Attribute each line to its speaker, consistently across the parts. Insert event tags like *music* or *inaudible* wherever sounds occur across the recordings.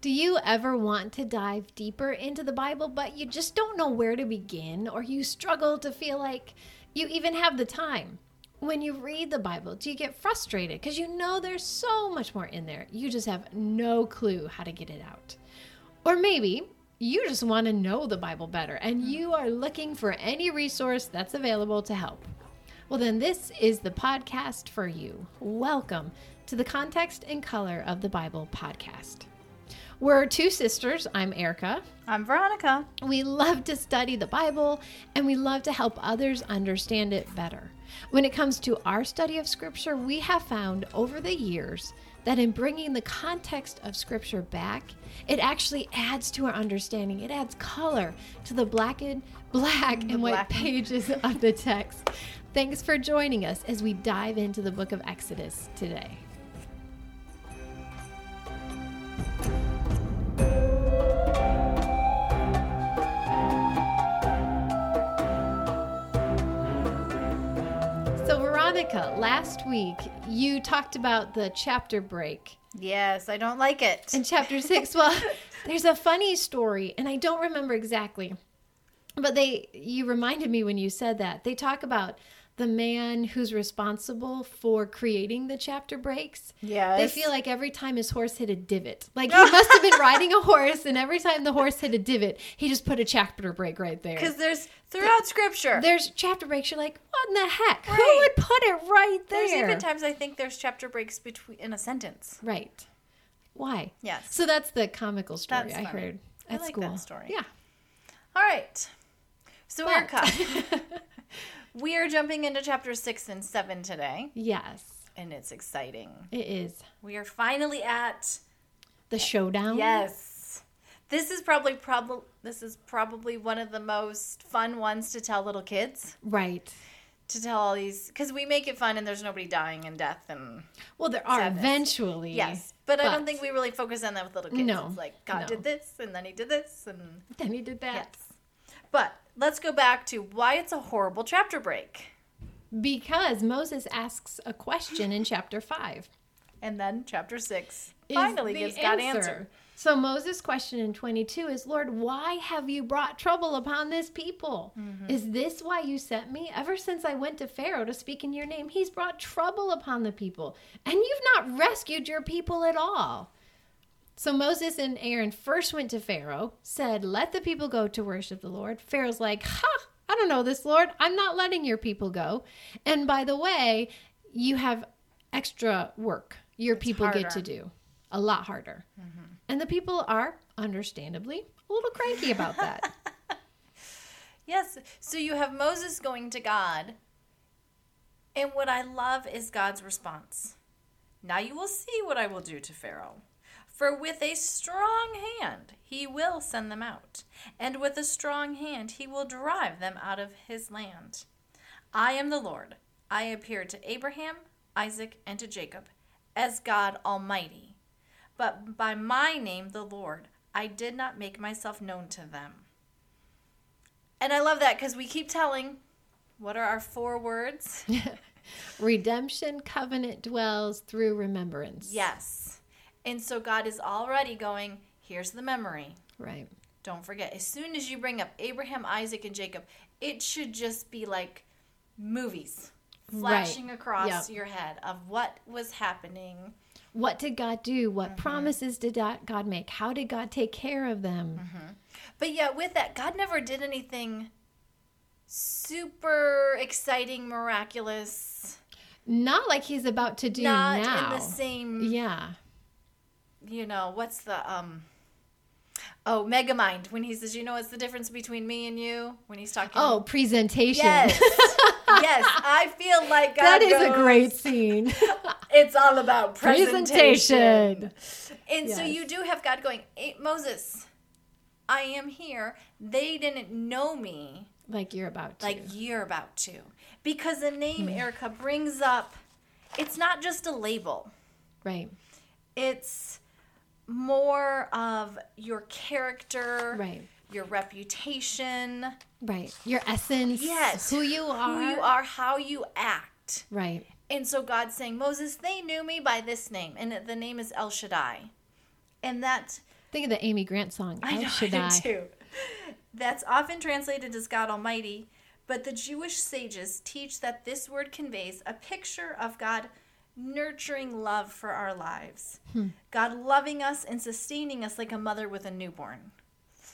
Speaker 1: Do you ever want to dive deeper into the Bible, but you just don't know where to begin, or you struggle to feel like you even have the time? When you read the Bible, do you get frustrated because you know there's so much more in there? You just have no clue how to get it out. Or maybe you just want to know the Bible better and you are looking for any resource that's available to help. Well, then, this is the podcast for you. Welcome to the Context and Color of the Bible podcast. We're two sisters. I'm Erica.
Speaker 2: I'm Veronica.
Speaker 1: We love to study the Bible and we love to help others understand it better. When it comes to our study of Scripture, we have found over the years that in bringing the context of Scripture back, it actually adds to our understanding. It adds color to the blackened, black and white
Speaker 2: blackened.
Speaker 1: pages of the text. Thanks for joining us as we dive into the book of Exodus today. So, Veronica, last week you talked about the chapter break
Speaker 2: Yes, I don't like it.
Speaker 1: in
Speaker 2: *laughs*
Speaker 1: chapter six. Well, there's a funny story, and I don't remember exactly, but they you reminded me when you said that they talk about the man who's responsible for creating the chapter breaks.
Speaker 2: Yes.
Speaker 1: They feel like every time his horse hit a divot,
Speaker 2: *laughs*
Speaker 1: like he must have been riding a horse, and every time the horse hit a divot, he just put a chapter break right there.
Speaker 2: because there's throughout scripture.
Speaker 1: There's chapter breaks. You're like, what in the heck? Who
Speaker 2: Right.
Speaker 1: would put it right there?
Speaker 2: there's even times I think there's chapter breaks between in a sentence.
Speaker 1: Right. Why?
Speaker 2: Yes.
Speaker 1: So that's the comical story
Speaker 2: That's
Speaker 1: I
Speaker 2: funny.
Speaker 1: heard
Speaker 2: I
Speaker 1: at
Speaker 2: like
Speaker 1: school.
Speaker 2: that story.
Speaker 1: Yeah.
Speaker 2: All right. So
Speaker 1: But- *laughs*
Speaker 2: Erica, we are jumping into chapter six and seven today,
Speaker 1: Yes,
Speaker 2: and it's exciting.
Speaker 1: it is
Speaker 2: We are finally at
Speaker 1: the showdown.
Speaker 2: yes. This is probably prob- this is probably one of the most fun ones to tell little kids
Speaker 1: Right.
Speaker 2: to tell all these because we make it fun and there's nobody dying and death and
Speaker 1: Well, there are
Speaker 2: Sadness.
Speaker 1: eventually. *laughs*
Speaker 2: Yes, but, I
Speaker 1: but-
Speaker 2: don't think we really focus on that with little kids.
Speaker 1: No,
Speaker 2: it's like God
Speaker 1: no.
Speaker 2: did this, and then He did this, and
Speaker 1: Then he did that
Speaker 2: yes. But let's go back to why it's a horrible chapter break,
Speaker 1: because Moses asks a question in chapter five.
Speaker 2: and then chapter six
Speaker 1: is
Speaker 2: finally
Speaker 1: the
Speaker 2: gives God answer.
Speaker 1: So Moses' question in 22 is, Lord, why have you brought trouble upon this people? Is this why you sent me? Ever since I went to Pharaoh to speak in your name, he's brought trouble upon the people, and you've not rescued your people at all. So Moses and Aaron first went to Pharaoh, said, Let the people go to worship the Lord. Pharaoh's like, Ha, I don't know this, Lord. I'm not letting your people go. And by the way, you have extra work your people get to
Speaker 2: harder.
Speaker 1: do, a lot harder. And the people are, understandably, a little cranky about that.
Speaker 2: Yes, so you have Moses going to God, and what I love is God's response. Now you will see what I will do to Pharaoh. For with a strong hand he will send them out, and with a strong hand he will drive them out of his land. I am the Lord. I appeared to Abraham, Isaac, and to Jacob as God Almighty. But by my name, the Lord, I did not make myself known to them. And I love that because we keep telling what are our
Speaker 1: *laughs*
Speaker 2: four words?
Speaker 1: Redemption covenant dwells through remembrance.
Speaker 2: yes. And so God is already going, here's the memory.
Speaker 1: Right.
Speaker 2: Don't forget. As soon as you bring up Abraham, Isaac, and Jacob, it should just be like movies flashing across
Speaker 1: Yep.
Speaker 2: your head of what was happening.
Speaker 1: What did God do? What promises did God God make? How did God take care of them?
Speaker 2: But yeah, with that, God never did anything super exciting, miraculous.
Speaker 1: Not like he's about to do
Speaker 2: Not
Speaker 1: now.
Speaker 2: in the same
Speaker 1: Yeah.
Speaker 2: you know, what's the um Oh, Megamind when he says, "You know what's the difference between me and you?" when he's talking
Speaker 1: Oh, presentation.
Speaker 2: Yes. yes, I feel like
Speaker 1: *laughs*
Speaker 2: God
Speaker 1: that is a
Speaker 2: goes,
Speaker 1: great
Speaker 2: *laughs*
Speaker 1: scene. *laughs*
Speaker 2: It's all about presentation.
Speaker 1: presentation.
Speaker 2: And so
Speaker 1: Yes.
Speaker 2: you do have God going, hey, "Moses, I am here. They didn't know me
Speaker 1: Like you're about to.
Speaker 2: like you're about to." Because the name
Speaker 1: Hmm.
Speaker 2: Erica brings up it's not just a label.
Speaker 1: right.
Speaker 2: it's more of your character,
Speaker 1: Right.
Speaker 2: Your reputation,
Speaker 1: Right. Your essence.
Speaker 2: yes,
Speaker 1: Who you are.
Speaker 2: who you are, how you act.
Speaker 1: Right.
Speaker 2: And so God's saying, Moses, they knew me by this name, and the name is El Shaddai, and that
Speaker 1: Think of the Amy Grant song.
Speaker 2: I
Speaker 1: El
Speaker 2: know I
Speaker 1: Shaddai.
Speaker 2: do too. That's often translated as God Almighty, but the Jewish sages teach that this word conveys a picture of God nurturing love for our lives.
Speaker 1: Hmm.
Speaker 2: God loving us and sustaining us like a mother with a newborn.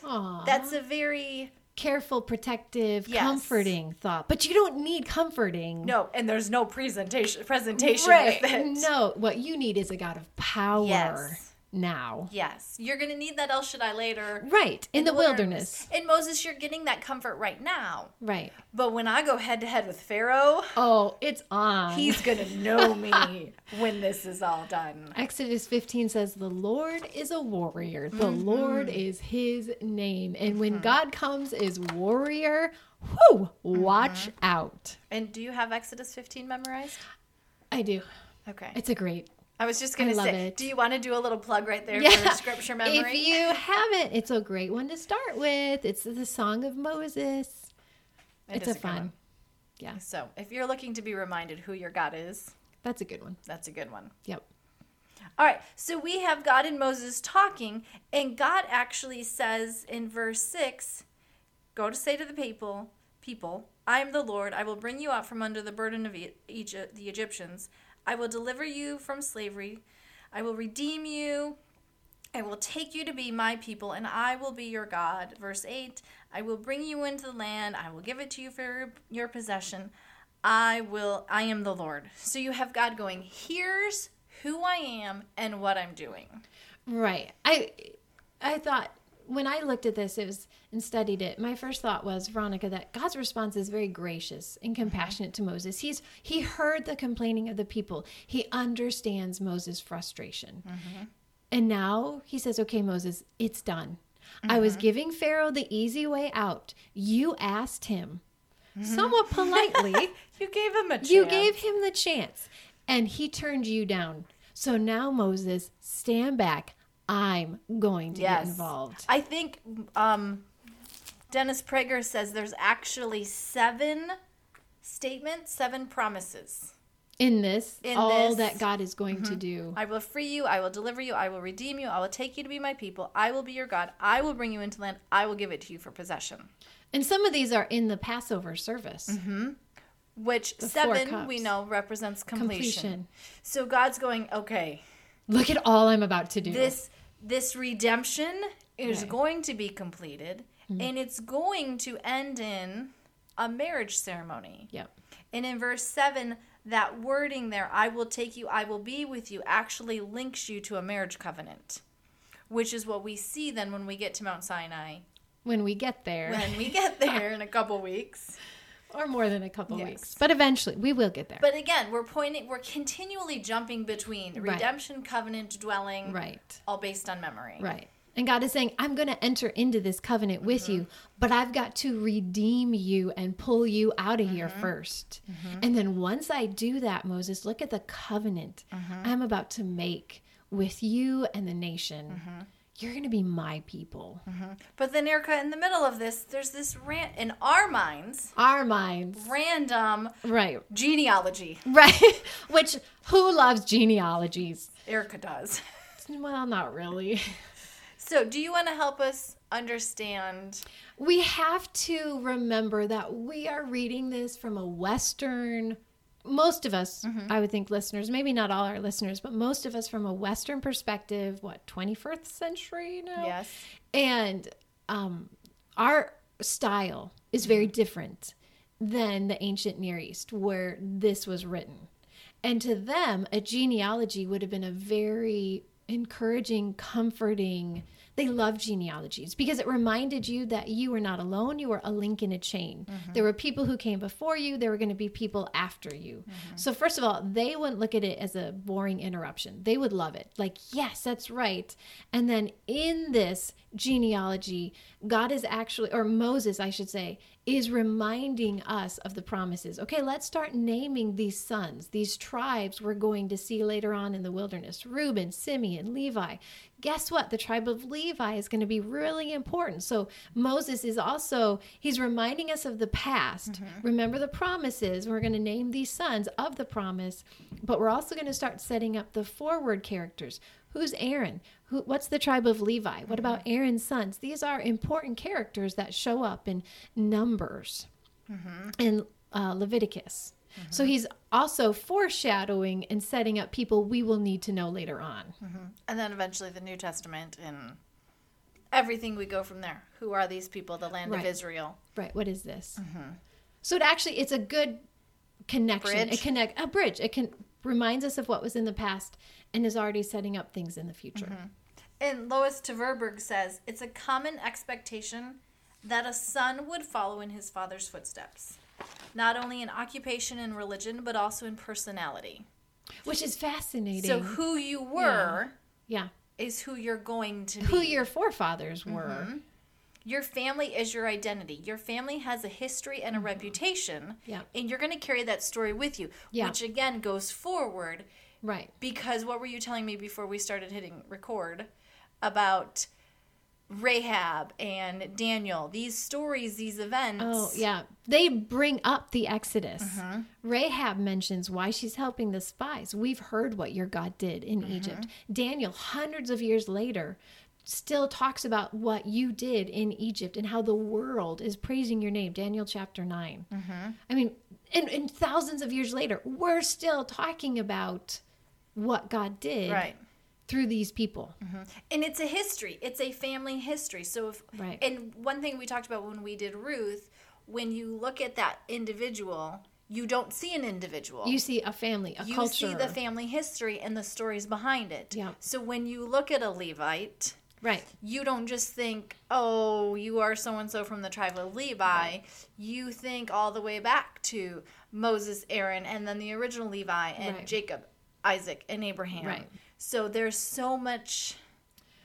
Speaker 1: Aw.
Speaker 2: That's a very
Speaker 1: careful, protective,
Speaker 2: Yes.
Speaker 1: comforting thought. But you don't need comforting.
Speaker 2: no, and there's no presentation presentation
Speaker 1: right.
Speaker 2: with it.
Speaker 1: No, what you need is a God of power
Speaker 2: Yes.
Speaker 1: now.
Speaker 2: Yes, you're gonna need that El Shaddai later.
Speaker 1: Right. In, the, wilderness.
Speaker 2: In Moses, you're getting that comfort right now.
Speaker 1: Right.
Speaker 2: But when I go head to head with Pharaoh,
Speaker 1: Oh, it's on.
Speaker 2: He's gonna
Speaker 1: *laughs*
Speaker 2: know me when this is all done.
Speaker 1: Exodus 15 says, The Lord is a warrior. The
Speaker 2: Mm-hmm.
Speaker 1: Lord is his name. And when God comes as warrior, whoo,
Speaker 2: Mm-hmm.
Speaker 1: watch out.
Speaker 2: And do you have Exodus 15 memorized?
Speaker 1: I do.
Speaker 2: Okay.
Speaker 1: It's a great
Speaker 2: I was just gonna
Speaker 1: I love
Speaker 2: say,
Speaker 1: it.
Speaker 2: do you want to do a little plug right there for scripture memory?
Speaker 1: *laughs* If you haven't, it's a great one to start with. It's the Song of Moses.
Speaker 2: It
Speaker 1: it's a
Speaker 2: is good
Speaker 1: fun.
Speaker 2: one.
Speaker 1: Yeah,
Speaker 2: So if you're looking to be reminded who your God is,
Speaker 1: that's a good one.
Speaker 2: that's a good one.
Speaker 1: Yep.
Speaker 2: All right. So we have God and Moses talking, and God actually says in verse six, "Go to say to the people, people, I am the Lord. I will bring you out from under the burden of E- Egypt, the Egyptians. I will deliver you from slavery. I will redeem you. I will take you to be my people, and I will be your God." Verse eight, "I will bring you into the land. I will give it to you for your- your possession." I will, I am the Lord. So you have God going, here's who I am and what I'm doing.
Speaker 1: Right. I I thought when I looked at this, it was and studied it. My first thought was Veronica that God's response is very gracious and compassionate to Moses. He's he heard the complaining of the people. He understands Moses' frustration. And now he says, "Okay, Moses, it's done. I was giving Pharaoh the easy way out. You asked him." Somewhat politely,
Speaker 2: You gave him a chance.
Speaker 1: You gave him the chance, and he turned you down. So now, Moses, stand back. I'm going to
Speaker 2: yes.
Speaker 1: get involved.
Speaker 2: I think um, Dennis Prager says there's actually seven statements, seven promises.
Speaker 1: In this,
Speaker 2: In
Speaker 1: all
Speaker 2: this. Mm-hmm.
Speaker 1: that God is going to do.
Speaker 2: I will free you. I will deliver you. I will redeem you. I will take you to be my people. I will be your God. I will bring you into land. I will give it to you for possession.
Speaker 1: And some of these are in the Passover service.
Speaker 2: Mm-hmm. Which
Speaker 1: four
Speaker 2: seven we
Speaker 1: cups.
Speaker 2: know represents completion.
Speaker 1: Completion.
Speaker 2: So God's going, okay,
Speaker 1: Look at all I'm about to do.
Speaker 2: this this redemption is
Speaker 1: Right. Mm-hmm.
Speaker 2: going to be completed and it's going to end in a marriage ceremony
Speaker 1: Yep.
Speaker 2: and in verse 7 that wording there i will take you i will be with you actually links you to a marriage covenant which is what we see then when we get to
Speaker 1: *laughs*
Speaker 2: mount sinai
Speaker 1: When we get there,
Speaker 2: when we get there in a couple weeks
Speaker 1: or more than a couple
Speaker 2: Yes.
Speaker 1: weeks, but eventually we will get there.
Speaker 2: but again we're pointing we're continually jumping between redemption covenant dwelling
Speaker 1: right.
Speaker 2: all based on memory
Speaker 1: Right. And God is saying, I'm going to enter into this covenant with you, but I've got to redeem you and pull you out of here 1st And then once I do that, Moses, look at the covenant I'm about to make with you and the nation. You're going to be my people.
Speaker 2: But then, Erica, in the middle of this, there's this rant in our minds,
Speaker 1: Our minds.
Speaker 2: random
Speaker 1: Right.
Speaker 2: genealogy.
Speaker 1: *laughs* Right. Which, who loves genealogies?
Speaker 2: Erica does. *laughs*
Speaker 1: Well, not really. *laughs*
Speaker 2: So, do you want to help us understand?
Speaker 1: We have to remember that we are reading this from a Western, most of us, I would think, listeners, maybe not all our listeners, but most of us from a Western perspective, what, 21st century now?
Speaker 2: Yes.
Speaker 1: And um, our style is very different than the ancient Near East where this was written. And to them, a genealogy would have been a very encouraging, comforting. They loved genealogies because it reminded you that you were not alone. You were a link in a chain. There were people who came before you, there were going to be people after you. So, first of all, they wouldn't look at it as a boring interruption. They would love it. Like, yes, that's right. And then in this genealogy, God is actually, or Moses, I should say, is reminding us of the promises. Okay, let's start naming these sons, these tribes we're going to see later on in the wilderness Reuben, Simeon, Levi. Guess what? The tribe of Levi is going to be really important. So Moses is also, he's reminding us of the past. Remember the promises. We're going to name these sons of the promise, but we're also going to start setting up the forward characters. Who's Aaron? Who, what's the tribe of Levi? What about Aaron's sons? These are important characters that show up in Numbers and uh, Leviticus. So he's also foreshadowing and setting up people we will need to know later on.
Speaker 2: And then eventually the New Testament and everything we go from there. Who are these people? The land
Speaker 1: Right.
Speaker 2: of Israel.
Speaker 1: Right? What is this? So it actually it's a good connection.
Speaker 2: Bridge.
Speaker 1: A connect a bridge. It can reminds us of what was in the past and is already setting up things in the future.
Speaker 2: And Lois Tverberg says it's a common expectation that a son would follow in his father's footsteps, not only in occupation and religion, but also in personality.
Speaker 1: Which is fascinating.
Speaker 2: So who you were
Speaker 1: yeah.
Speaker 2: is who you're going to be.
Speaker 1: Who your forefathers were.
Speaker 2: Your family is your identity. Your family has a history and a reputation,
Speaker 1: Mm-hmm. Yeah.
Speaker 2: and you're going to carry that story with you,
Speaker 1: Yeah.
Speaker 2: which again goes forward
Speaker 1: Right.
Speaker 2: because what were you telling me before we started hitting record about Rahab and Daniel? These stories, these events.
Speaker 1: Oh, yeah. They bring up the Exodus.
Speaker 2: Uh-huh.
Speaker 1: Rahab mentions why she's helping the spies. We've heard what your God did in
Speaker 2: Uh-huh.
Speaker 1: Egypt. Daniel, hundreds of years later, still talks about what you did in Egypt and how the world is praising your name. Daniel chapter 9.
Speaker 2: Uh-huh.
Speaker 1: I mean, and, and thousands of years later, we're still talking about what God did
Speaker 2: Right. Uh-huh.
Speaker 1: through these people.
Speaker 2: and it's a history it's a family history so if
Speaker 1: Right.
Speaker 2: and one thing we talked about when we did ruth when you look at that individual you don't see an individual
Speaker 1: You see a family, a
Speaker 2: You
Speaker 1: culture.
Speaker 2: see the family history and the stories behind it
Speaker 1: Yeah.
Speaker 2: so when you look at a levite
Speaker 1: right.
Speaker 2: you don't just think oh you are so and so from the tribe of levi you think all the way back to moses aaron and then the original levi and
Speaker 1: Right.
Speaker 2: jacob isaac and abraham
Speaker 1: Right.
Speaker 2: so there's so much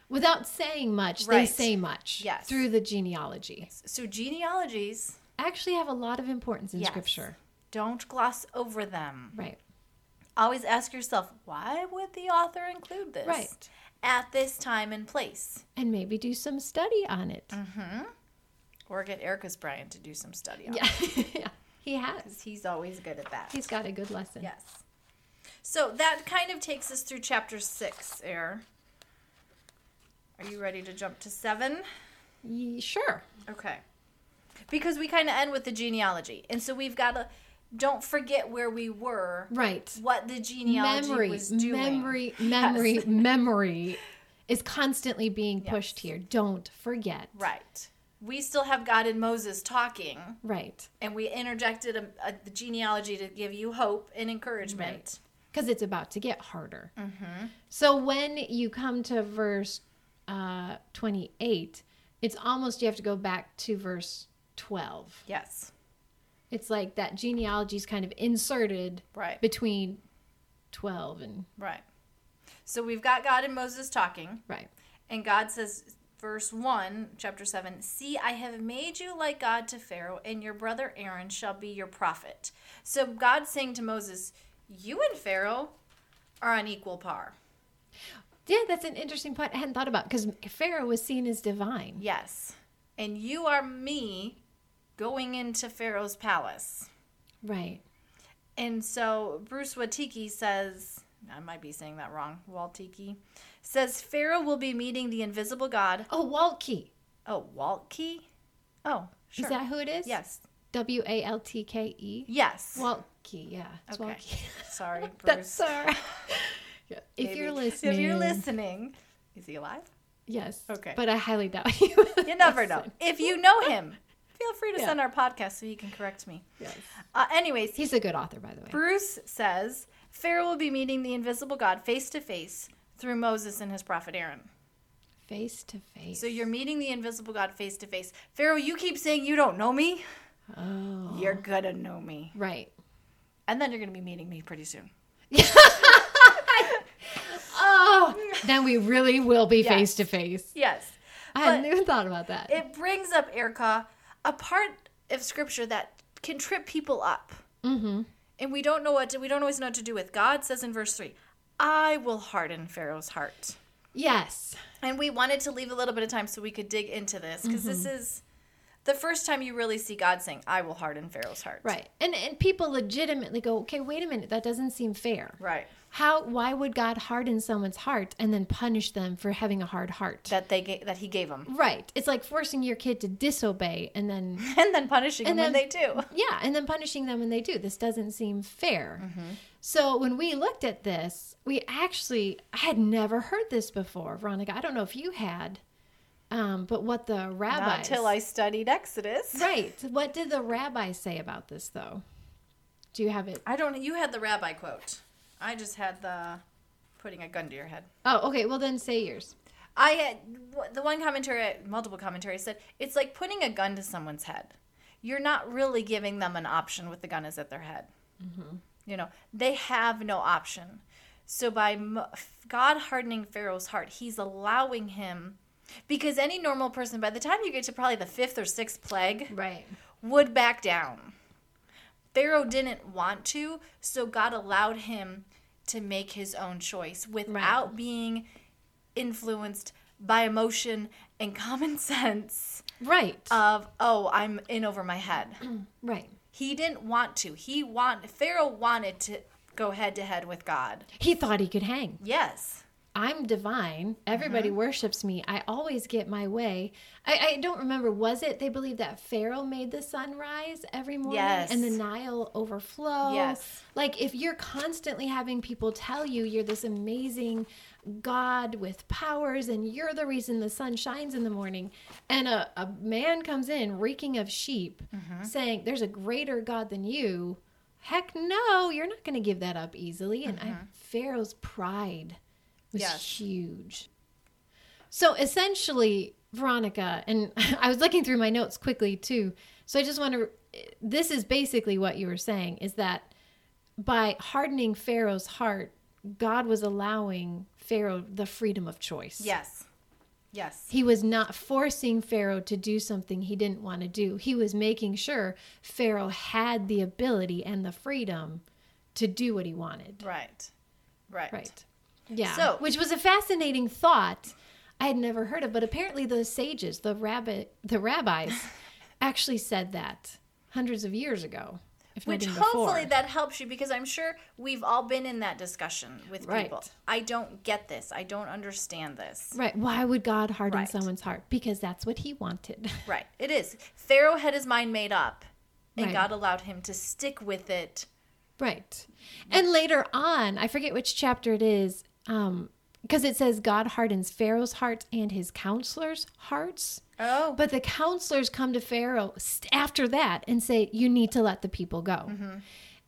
Speaker 1: Without saying much, they
Speaker 2: Right.
Speaker 1: say much
Speaker 2: Yes.
Speaker 1: through the genealogy.
Speaker 2: So genealogies,
Speaker 1: Actually, have a lot of importance in
Speaker 2: Yes. Mm-hmm.
Speaker 1: scripture.
Speaker 2: don't gloss over them.
Speaker 1: Right.
Speaker 2: Always ask yourself, why would the author include this?
Speaker 1: Right.
Speaker 2: At this time and place.
Speaker 1: And maybe do some study on it.
Speaker 2: Mm-hmm. Or get Erica's Brian to do some study on it.
Speaker 1: Yeah. yeah. *laughs* He has.
Speaker 2: 'cause He's always good at that.
Speaker 1: He's got a good lesson.
Speaker 2: yes. So that kind of takes us through chapter six, Air. Are you ready to jump to seven?
Speaker 1: Ye- sure.
Speaker 2: Okay. Because we kind of end with the genealogy. And so we've got to, don't forget where we were,
Speaker 1: Right.
Speaker 2: what the genealogy
Speaker 1: Memory,
Speaker 2: was doing.
Speaker 1: memory, memory,
Speaker 2: *laughs*
Speaker 1: memory is constantly being pushed here. Don't forget.
Speaker 2: Right. We still have God and Moses talking,
Speaker 1: Right.
Speaker 2: and we interjected a, a, the genealogy to give you hope and encouragement.
Speaker 1: because it's about to get harder.
Speaker 2: Mm-hmm.
Speaker 1: So when you come to verse uh, 28, it's almost you have to go back to verse 12.
Speaker 2: Yes.
Speaker 1: It's like that genealogy is kind of inserted
Speaker 2: Right.
Speaker 1: between 12 and
Speaker 2: Right. So we've got God and Moses talking,
Speaker 1: right.
Speaker 2: and God says, verse 1, chapter 7 See, I have made you like God to Pharaoh, and your brother Aaron shall be your prophet. So God's saying to Moses, You and Pharaoh are on equal par.
Speaker 1: Yeah, that's an interesting point I hadn't thought about because Pharaoh was seen as divine.
Speaker 2: Yes. And you are me going into Pharaoh's palace.
Speaker 1: Right.
Speaker 2: And so Bruce Watiki says, I might be saying that wrong, Waltiki, says Pharaoh will be meeting the invisible god.
Speaker 1: Oh, Waltke.
Speaker 2: Oh, Waltke? Oh, sure.
Speaker 1: Is that who it is?
Speaker 2: yes.
Speaker 1: W A L T K E.
Speaker 2: Yes.
Speaker 1: Waltke, yeah. It's
Speaker 2: Okay.
Speaker 1: Waltke. *laughs*
Speaker 2: Sorry, Bruce.
Speaker 1: That's
Speaker 2: *laughs*
Speaker 1: sorry. If
Speaker 2: Maybe.
Speaker 1: you're listening,
Speaker 2: If you're listening. Is he *laughs* alive?
Speaker 1: Yes.
Speaker 2: Okay.
Speaker 1: But I highly doubt *laughs* you.
Speaker 2: You never know. If you know *laughs* him, feel free to
Speaker 1: Yeah.
Speaker 2: send our podcast so you can correct me.
Speaker 1: Yes.
Speaker 2: Uh, anyways,
Speaker 1: He's a good author, by the way.
Speaker 2: Bruce says Pharaoh will be meeting the invisible God face to face through Moses and his prophet Aaron.
Speaker 1: Face to face.
Speaker 2: So you're meeting the invisible God face to face. Pharaoh, you keep saying you don't know me.
Speaker 1: Oh.
Speaker 2: You're gonna know me.
Speaker 1: Right.
Speaker 2: And then you're gonna be meeting me pretty soon.
Speaker 1: Oh. then we really will be
Speaker 2: Yes.
Speaker 1: face to face.
Speaker 2: Yes.
Speaker 1: I hadn't even thought about that.
Speaker 2: It brings up Erica a part of scripture that can trip people up.
Speaker 1: mm-hmm.
Speaker 2: And we don't know what to, we don't always know what to do with. God says in verse three, I will harden Pharaoh's heart.
Speaker 1: Yes.
Speaker 2: And we wanted to leave a little bit of time so we could dig into this because this
Speaker 1: Mm-hmm.
Speaker 2: is the first time you really see God saying, I will harden Pharaoh's heart.
Speaker 1: Right. And and people legitimately go, okay, wait a minute, that doesn't seem fair.
Speaker 2: Right.
Speaker 1: how why would God harden someone's heart and then punish them for having a hard heart?
Speaker 2: that they ga- that he gave them,
Speaker 1: right. It's like forcing your kid to disobey and then
Speaker 2: *laughs* and then punishing
Speaker 1: And
Speaker 2: them
Speaker 1: then-
Speaker 2: when they do.
Speaker 1: yeah, and then punishing them when they do. This doesn't seem fair.
Speaker 2: Mm-hmm.
Speaker 1: So when we looked at this, we actually I had never heard this before, Veronica. I don't know if you had, um, but what the rabbis
Speaker 2: Not till I studied Exodus.
Speaker 1: right? What did the rabbis say about this though? Do you have it?
Speaker 2: I don't. You had the rabbi quote. I just had the putting a gun to your head.
Speaker 1: Oh, okay. Well, then say yours.
Speaker 2: I had the one commentary, multiple commentaries said it's like putting a gun to someone's head. You're not really giving them an option with the gun is at their head. You know, they have no option. So by mo- God hardening Pharaoh's heart, He's allowing him. Because any normal person, by the time you get to probably the fifth or sixth plague,
Speaker 1: Right.
Speaker 2: would back down. Pharaoh didn't want to, so God allowed him to make his own choice without being influenced by emotion and common *laughs* sense
Speaker 1: Right.
Speaker 2: of, oh, I'm in over my head. *clears throat*
Speaker 1: right.
Speaker 2: he didn't want to. He want Pharaoh wanted to go head to head with God.
Speaker 1: He thought he could hang.
Speaker 2: Yes.
Speaker 1: I'm divine. Everybody
Speaker 2: Mm-hmm.
Speaker 1: worships me. I always get my way. I, I don't remember. Was it they believed that Pharaoh made the sun rise every morning
Speaker 2: Yes.
Speaker 1: and the Nile overflow?
Speaker 2: Yes.
Speaker 1: Like if you're constantly having people tell you you're this amazing God with powers and you're the reason the sun shines in the morning, and a, a man comes in reeking of sheep
Speaker 2: Mm-hmm.
Speaker 1: saying, There's a greater God than you. Heck no, you're not going to give that up easily. And
Speaker 2: Mm-hmm.
Speaker 1: I, Pharaoh's pride was
Speaker 2: Yes.
Speaker 1: huge. So essentially, Veronica, and *laughs* I was looking through my notes quickly too. So I just want to, this is basically what you were saying is that by hardening Pharaoh's heart, God was allowing Pharaoh the freedom of choice.
Speaker 2: Yes. Yes.
Speaker 1: He was not forcing Pharaoh to do something he didn't want to do. He was making sure Pharaoh had the ability and the freedom to do what he wanted.
Speaker 2: Right. Right.
Speaker 1: Right. Yeah.
Speaker 2: So-
Speaker 1: which was a fascinating thought I had never heard of, but apparently the sages, the rabbi, the
Speaker 2: *laughs*
Speaker 1: rabbis, actually said that hundreds of years ago, if not
Speaker 2: Which
Speaker 1: even
Speaker 2: hopefully
Speaker 1: before.
Speaker 2: that helps you because I'm sure we've all been in that discussion with
Speaker 1: Right.
Speaker 2: people. I don't get this. I don't understand this.
Speaker 1: right. Why would God harden
Speaker 2: Right.
Speaker 1: someone's heart? Because that's what He wanted. *laughs*
Speaker 2: Right. It is. Pharaoh had his mind made up, and
Speaker 1: Right.
Speaker 2: God allowed him to stick with it.
Speaker 1: Right. And later on, I forget which chapter it is, um, because it says God hardens Pharaoh's heart and his counselors' hearts.
Speaker 2: Oh.
Speaker 1: But the counselors come to Pharaoh st- after that and say, You need to let the people go.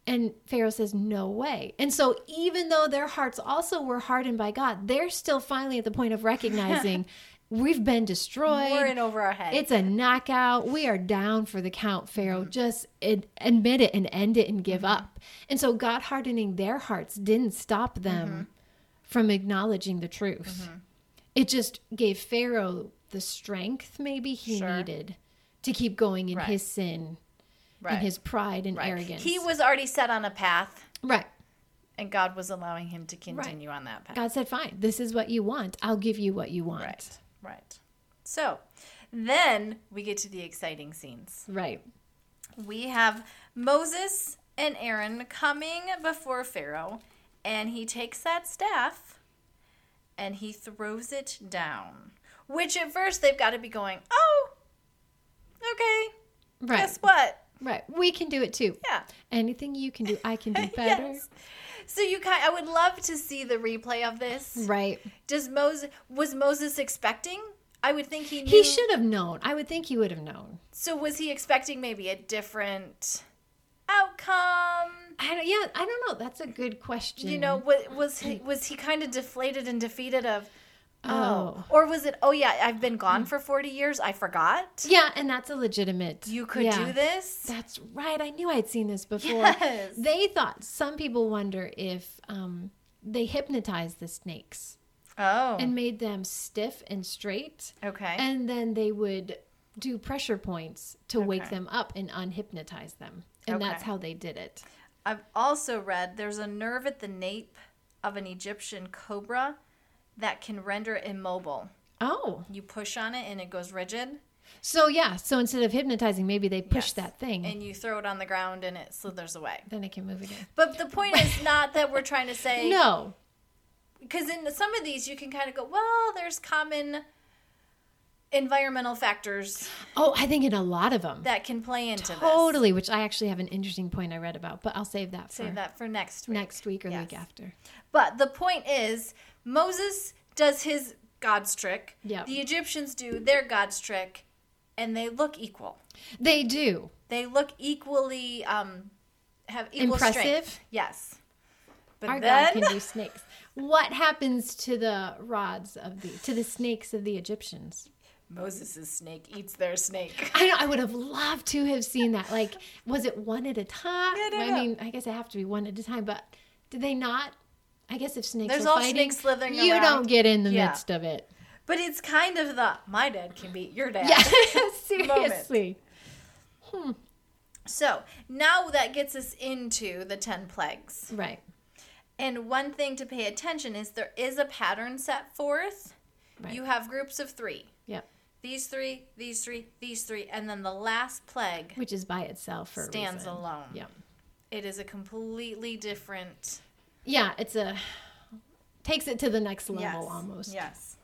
Speaker 1: And Pharaoh says, No way. And so, even though their hearts also were hardened by God, they're still finally at the point of recognizing we've been destroyed.
Speaker 2: We're in over our head.
Speaker 1: It's a knockout. We are down for the count, Pharaoh.
Speaker 2: Mm-hmm.
Speaker 1: Just ad- admit it and end it and give up. And so God hardening their hearts didn't stop them
Speaker 2: Mm-hmm.
Speaker 1: from acknowledging the truth. It just gave Pharaoh the strength maybe he
Speaker 2: Sure.
Speaker 1: needed to keep going in
Speaker 2: Right.
Speaker 1: his sin
Speaker 2: right.
Speaker 1: and his pride and
Speaker 2: right.
Speaker 1: arrogance.
Speaker 2: He was already set on a path,
Speaker 1: right.
Speaker 2: and God was allowing him to continue on that path.
Speaker 1: God said, "Fine. This is what you want. I'll give you what you want."
Speaker 2: Right. Right. So then we get to the exciting scenes.
Speaker 1: Right.
Speaker 2: We have Moses and Aaron coming before Pharaoh, and he takes that staff and he throws it down. Which at first they've got to be going, oh, okay,
Speaker 1: Right.
Speaker 2: guess what?
Speaker 1: Right. We can do it too.
Speaker 2: Yeah.
Speaker 1: Anything you can do, I can
Speaker 2: *laughs*
Speaker 1: do better.
Speaker 2: Yes. So you kind, I would love to see the replay of this.
Speaker 1: Right.
Speaker 2: Does Moses was Moses expecting? I would think he knew.
Speaker 1: He should have known. I would think he would have known.
Speaker 2: So was he expecting maybe a different outcome?
Speaker 1: I don't, yeah, I don't know. That's a good question.
Speaker 2: you know was was he, was he kind of deflated and defeated of oh.
Speaker 1: Oh. Mm.
Speaker 2: or was it oh yeah i've been gone for 40 years i forgot
Speaker 1: Yeah, and that's a legitimate.
Speaker 2: you could
Speaker 1: yeah.
Speaker 2: do this
Speaker 1: That's right. I knew I'd seen this before.
Speaker 2: Yes.
Speaker 1: They thought some people wonder if um, they hypnotized the snakes
Speaker 2: oh
Speaker 1: and made them stiff and straight,
Speaker 2: okay
Speaker 1: and then they would do pressure points to wake
Speaker 2: Okay.
Speaker 1: them up and unhypnotize them, and that's
Speaker 2: Okay.
Speaker 1: how they did it.
Speaker 2: i've also read there's a nerve at the nape of an egyptian cobra that can render immobile
Speaker 1: Oh,
Speaker 2: you push on it and it goes rigid
Speaker 1: So yeah, so instead of hypnotizing, maybe they push
Speaker 2: Yes.
Speaker 1: that thing,
Speaker 2: and you throw it on the ground and it slithers away.
Speaker 1: then it can move again.
Speaker 2: But the point
Speaker 1: *laughs*
Speaker 2: is not that we're trying to say
Speaker 1: No,
Speaker 2: because in some of these you can kind of go, well, there's common environmental factors
Speaker 1: oh, I think in a lot of them,
Speaker 2: that can play into this.
Speaker 1: totally. Which I actually have an interesting point I read about, but I'll save that for
Speaker 2: Save that for next week.
Speaker 1: next week or the week
Speaker 2: Yes.
Speaker 1: after.
Speaker 2: But the point is, Moses does his God's trick.
Speaker 1: Yep.
Speaker 2: The Egyptians do their God's trick, and they look equal.
Speaker 1: They do.
Speaker 2: They look equally um, have equal
Speaker 1: Impressive?
Speaker 2: strength. Yes. But
Speaker 1: Our
Speaker 2: then,
Speaker 1: God can do snakes. What happens to the rods of the to the snakes of the Egyptians?
Speaker 2: *laughs* Moses' snake eats their snake.
Speaker 1: I know. I would have loved to have seen that. Like, was it one at a time?
Speaker 2: I don't
Speaker 1: I
Speaker 2: know.
Speaker 1: mean, I guess it have to be one at a time. But did they not? I guess if snakes
Speaker 2: There's
Speaker 1: are
Speaker 2: all
Speaker 1: fighting,
Speaker 2: snakes slithering
Speaker 1: you
Speaker 2: around.
Speaker 1: don't get in the
Speaker 2: Yeah.
Speaker 1: midst of it.
Speaker 2: But it's kind of the my dad can beat your dad.
Speaker 1: *laughs* Yeah,
Speaker 2: *laughs*
Speaker 1: seriously.
Speaker 2: So now that gets us into the 10 plagues.
Speaker 1: Right.
Speaker 2: And one thing to pay attention is there is a pattern set forth.
Speaker 1: Right.
Speaker 2: You have groups of three.
Speaker 1: Yep.
Speaker 2: These three, these three, these three, and then the last plague.
Speaker 1: Which is by itself for a
Speaker 2: Stands
Speaker 1: reason.
Speaker 2: alone.
Speaker 1: Yep.
Speaker 2: It is a completely different
Speaker 1: Yeah, it's a takes it to the next level
Speaker 2: Yes.
Speaker 1: almost.
Speaker 2: Yes.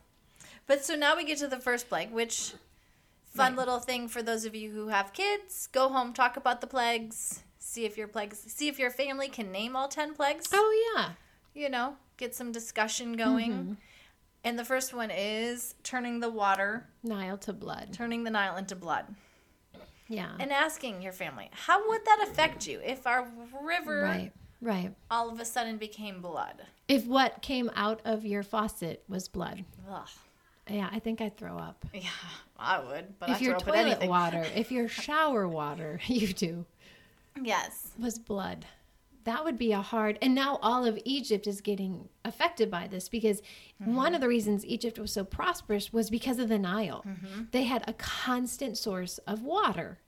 Speaker 2: But so now we get to the first plague, which fun
Speaker 1: Right.
Speaker 2: little thing for those of you who have kids. Go home, talk about the plagues, see if your plagues, see if your family can name all 10 plagues.
Speaker 1: Oh yeah.
Speaker 2: You know, get some discussion going.
Speaker 1: Mm-hmm.
Speaker 2: And the first one is turning the water,
Speaker 1: Nile to blood.
Speaker 2: turning the Nile into blood.
Speaker 1: Yeah.
Speaker 2: And asking your family, how would that affect you if our river
Speaker 1: right. Right.
Speaker 2: all of a sudden became blood?
Speaker 1: If what came out of your faucet was blood.
Speaker 2: Ugh.
Speaker 1: Yeah, I think I'd throw up.
Speaker 2: Yeah, I would, but I
Speaker 1: if your
Speaker 2: throw up at
Speaker 1: toilet
Speaker 2: anything. *laughs*
Speaker 1: water, if your shower water, *laughs* you do,
Speaker 2: Yes.
Speaker 1: was blood. That would be a hard. And now all of Egypt is getting affected by this because one of the reasons Egypt was so prosperous was because of the Nile. They had a constant source of water.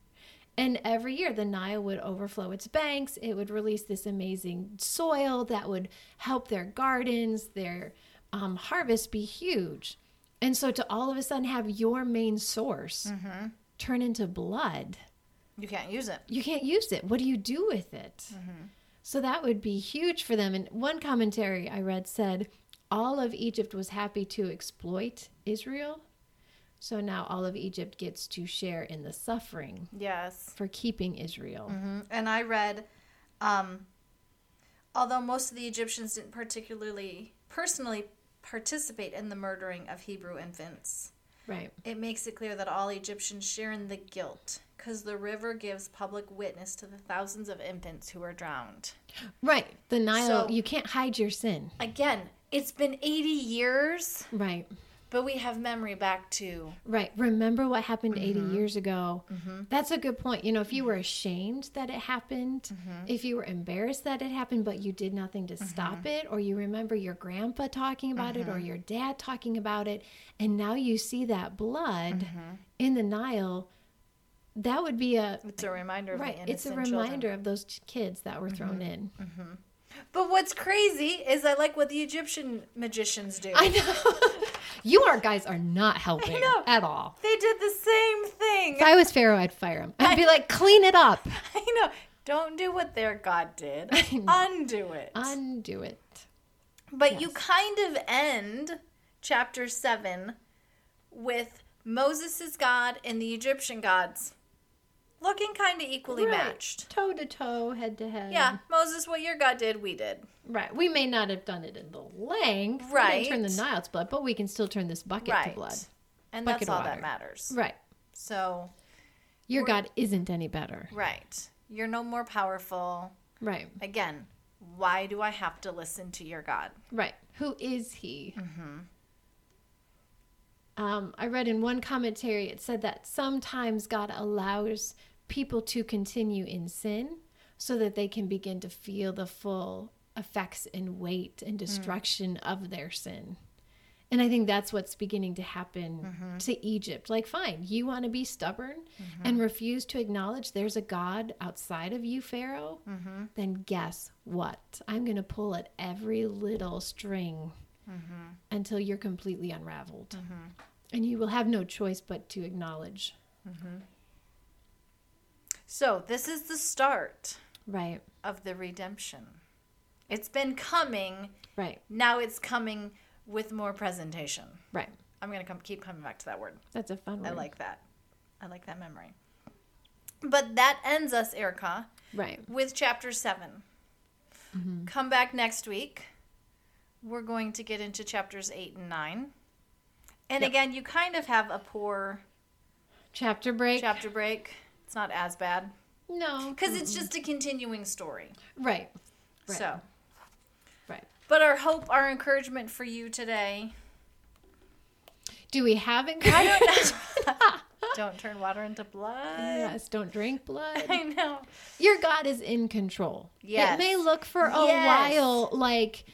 Speaker 1: And every year the Nile would overflow its banks. It would release this amazing soil that would help their gardens, their um, harvest be huge. And so to all of a sudden have your main source turn into blood
Speaker 2: You can't use it.
Speaker 1: you can't use it. What do you do with it? So that would be huge for them. And one commentary I read said all of Egypt was happy to exploit Israel. So now all of Egypt gets to share in the suffering
Speaker 2: Yes.
Speaker 1: for keeping Israel.
Speaker 2: And I read, um, although most of the Egyptians didn't particularly personally participate in the murdering of Hebrew infants,
Speaker 1: Right.
Speaker 2: it makes it clear that all Egyptians share in the guilt because the river gives public witness to the thousands of infants who are drowned.
Speaker 1: Right. The Nile,
Speaker 2: So-
Speaker 1: you can't hide your sin.
Speaker 2: Again, it's been 80 years,
Speaker 1: Right.
Speaker 2: but we have memory back to
Speaker 1: Right. Remember what happened 80 years ago. That's a good point. You know, if you were ashamed that it happened, if you were embarrassed that it happened, but you did nothing to stop it, or you remember your grandpa talking about it or your dad talking about it, and now you see that blood in the Nile, that Mm-hmm. would be a.
Speaker 2: it's a reminder of
Speaker 1: Right,
Speaker 2: the innocent
Speaker 1: it's a
Speaker 2: children.
Speaker 1: reminder of those ch- kids that were thrown in.
Speaker 2: But what's crazy is I like what the Egyptian magicians do.
Speaker 1: I know. *laughs* you are guys are not helping
Speaker 2: know.
Speaker 1: at all.
Speaker 2: They did the same thing.
Speaker 1: If I was Pharaoh, I'd fire him. I'd be like, clean it up,
Speaker 2: *laughs* I know. Don't do what their God did.
Speaker 1: I know. Uh,
Speaker 2: Undo it.
Speaker 1: undo it.
Speaker 2: but you kind of end chapter 7 with Moses' God and the Egyptian gods looking kind of equally matched.
Speaker 1: Toe to toe, head to head.
Speaker 2: Yeah, Moses, what your God did, we did.
Speaker 1: Right. We may not have done it in the length. We
Speaker 2: Right.
Speaker 1: didn't turn the Nile to blood, but we can still turn this bucket to
Speaker 2: Right.
Speaker 1: blood.
Speaker 2: And
Speaker 1: Bucket of
Speaker 2: that's all
Speaker 1: water.
Speaker 2: that matters.
Speaker 1: Right.
Speaker 2: So,
Speaker 1: Your God isn't any better.
Speaker 2: right. You're no more powerful.
Speaker 1: Right.
Speaker 2: Again, why do I have to listen to your God?
Speaker 1: Right. Who is he?
Speaker 2: Mm-hmm.
Speaker 1: Um, I read in one commentary, it said that sometimes God allows people to continue in sin so that they can begin to feel the full effects and weight
Speaker 2: Mm.
Speaker 1: and destruction of their sin. And I think that's what's beginning to happen
Speaker 2: Mm-hmm.
Speaker 1: to Egypt. Like, fine, you want to be stubborn and refuse to acknowledge there's a God outside of you, Pharaoh?
Speaker 2: Mm-hmm.
Speaker 1: Then guess what? I'm going to pull at every little string
Speaker 2: Mm-hmm.
Speaker 1: until you're completely unraveled. And you will have no choice but to acknowledge
Speaker 2: So, this is the start
Speaker 1: Right.
Speaker 2: of the redemption. It's been coming,
Speaker 1: Right.
Speaker 2: now it's coming with more presentation.
Speaker 1: Right.
Speaker 2: I'm going to come keep coming back to that word.
Speaker 1: That's a fun one.
Speaker 2: I like that. I like that memory. But that ends us, Erica,
Speaker 1: Right.
Speaker 2: with chapter 7.
Speaker 1: Mm-hmm.
Speaker 2: Come back next week. We're going to get into chapters 8 and 9. And
Speaker 1: Yep.
Speaker 2: again, you kind of have a poor
Speaker 1: Chapter break.
Speaker 2: chapter break. It's not as bad
Speaker 1: no.
Speaker 2: because it's just a continuing story.
Speaker 1: Right. Mm-hmm. Right.
Speaker 2: So,
Speaker 1: Right.
Speaker 2: but our hope, our encouragement for you today.
Speaker 1: Do we have
Speaker 2: I
Speaker 1: encouragement?
Speaker 2: don't *laughs* don't turn water into blood.
Speaker 1: *laughs* yes. Don't drink blood.
Speaker 2: *laughs* I know.
Speaker 1: Your God is in control.
Speaker 2: Yes.
Speaker 1: It may look for a
Speaker 2: Yes.
Speaker 1: while like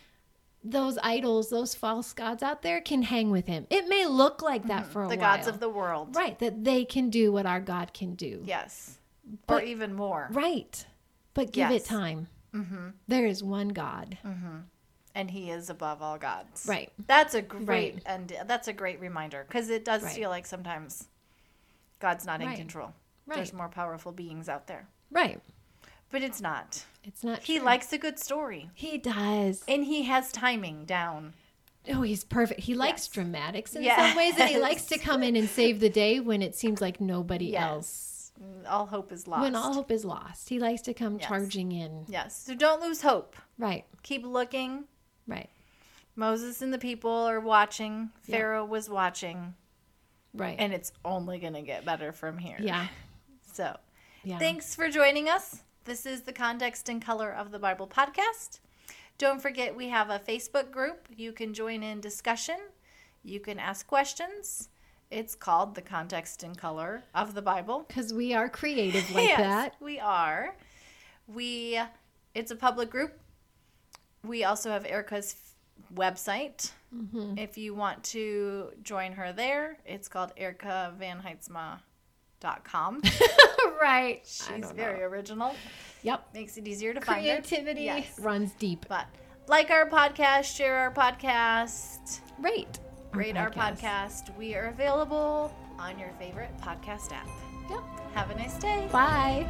Speaker 1: those idols, those false gods out there can hang with him. It may look like that for a
Speaker 2: Mm-hmm. The
Speaker 1: while.
Speaker 2: gods of the world.
Speaker 1: Right, that they can do what our God can do.
Speaker 2: Yes. or
Speaker 1: But-
Speaker 2: even more.
Speaker 1: Right. But give
Speaker 2: Yes. Mm-hmm. Mm,
Speaker 1: it time. There is one God.
Speaker 2: And he is above all gods.
Speaker 1: Right.
Speaker 2: That's a great
Speaker 1: Right.
Speaker 2: and that's a great reminder because it does
Speaker 1: Right.
Speaker 2: feel like sometimes God's not in
Speaker 1: Right.
Speaker 2: control.
Speaker 1: Right.
Speaker 2: There's more powerful beings out there.
Speaker 1: Right.
Speaker 2: But it's not.
Speaker 1: It's not
Speaker 2: He
Speaker 1: true.
Speaker 2: likes a good story.
Speaker 1: He does.
Speaker 2: And he has timing down.
Speaker 1: Oh, he's perfect. He likes
Speaker 2: Yes.
Speaker 1: dramatics in
Speaker 2: Yes.
Speaker 1: some ways and he likes to come in and
Speaker 2: *laughs*
Speaker 1: save the day when it seems like nobody else.
Speaker 2: Yes. All hope is lost.
Speaker 1: When all hope is lost. He likes to come
Speaker 2: Yes.
Speaker 1: charging in.
Speaker 2: Yes. So don't lose hope.
Speaker 1: Right.
Speaker 2: Keep looking.
Speaker 1: Right.
Speaker 2: Moses and the people are watching.
Speaker 1: Yeah.
Speaker 2: Pharaoh was watching.
Speaker 1: Right.
Speaker 2: And it's only going to get better from here.
Speaker 1: yeah.
Speaker 2: So
Speaker 1: Yeah.
Speaker 2: Thanks for joining us. This is the Context and Color of the Bible podcast. Don't forget, we have a Facebook group. You can join in discussion, you can ask questions. It's called the Context and Color of the Bible.
Speaker 1: Because we are creative like that.
Speaker 2: *laughs* we are. We, it's a public group. We also have Erica's f- website.
Speaker 1: Mm-hmm.
Speaker 2: If you want to join her there, it's called
Speaker 1: *laughs*
Speaker 2: ericavanheitzma.com.
Speaker 1: right. I
Speaker 2: She's
Speaker 1: don't
Speaker 2: very
Speaker 1: know.
Speaker 2: original.
Speaker 1: Yep.
Speaker 2: Makes it easier to find her.
Speaker 1: Creativity
Speaker 2: Yes.
Speaker 1: runs deep.
Speaker 2: But like our podcast, share our podcast,
Speaker 1: Rate.
Speaker 2: rate our podcast. We are available on your favorite podcast app.
Speaker 1: Yep.
Speaker 2: Have a nice day.
Speaker 1: Bye.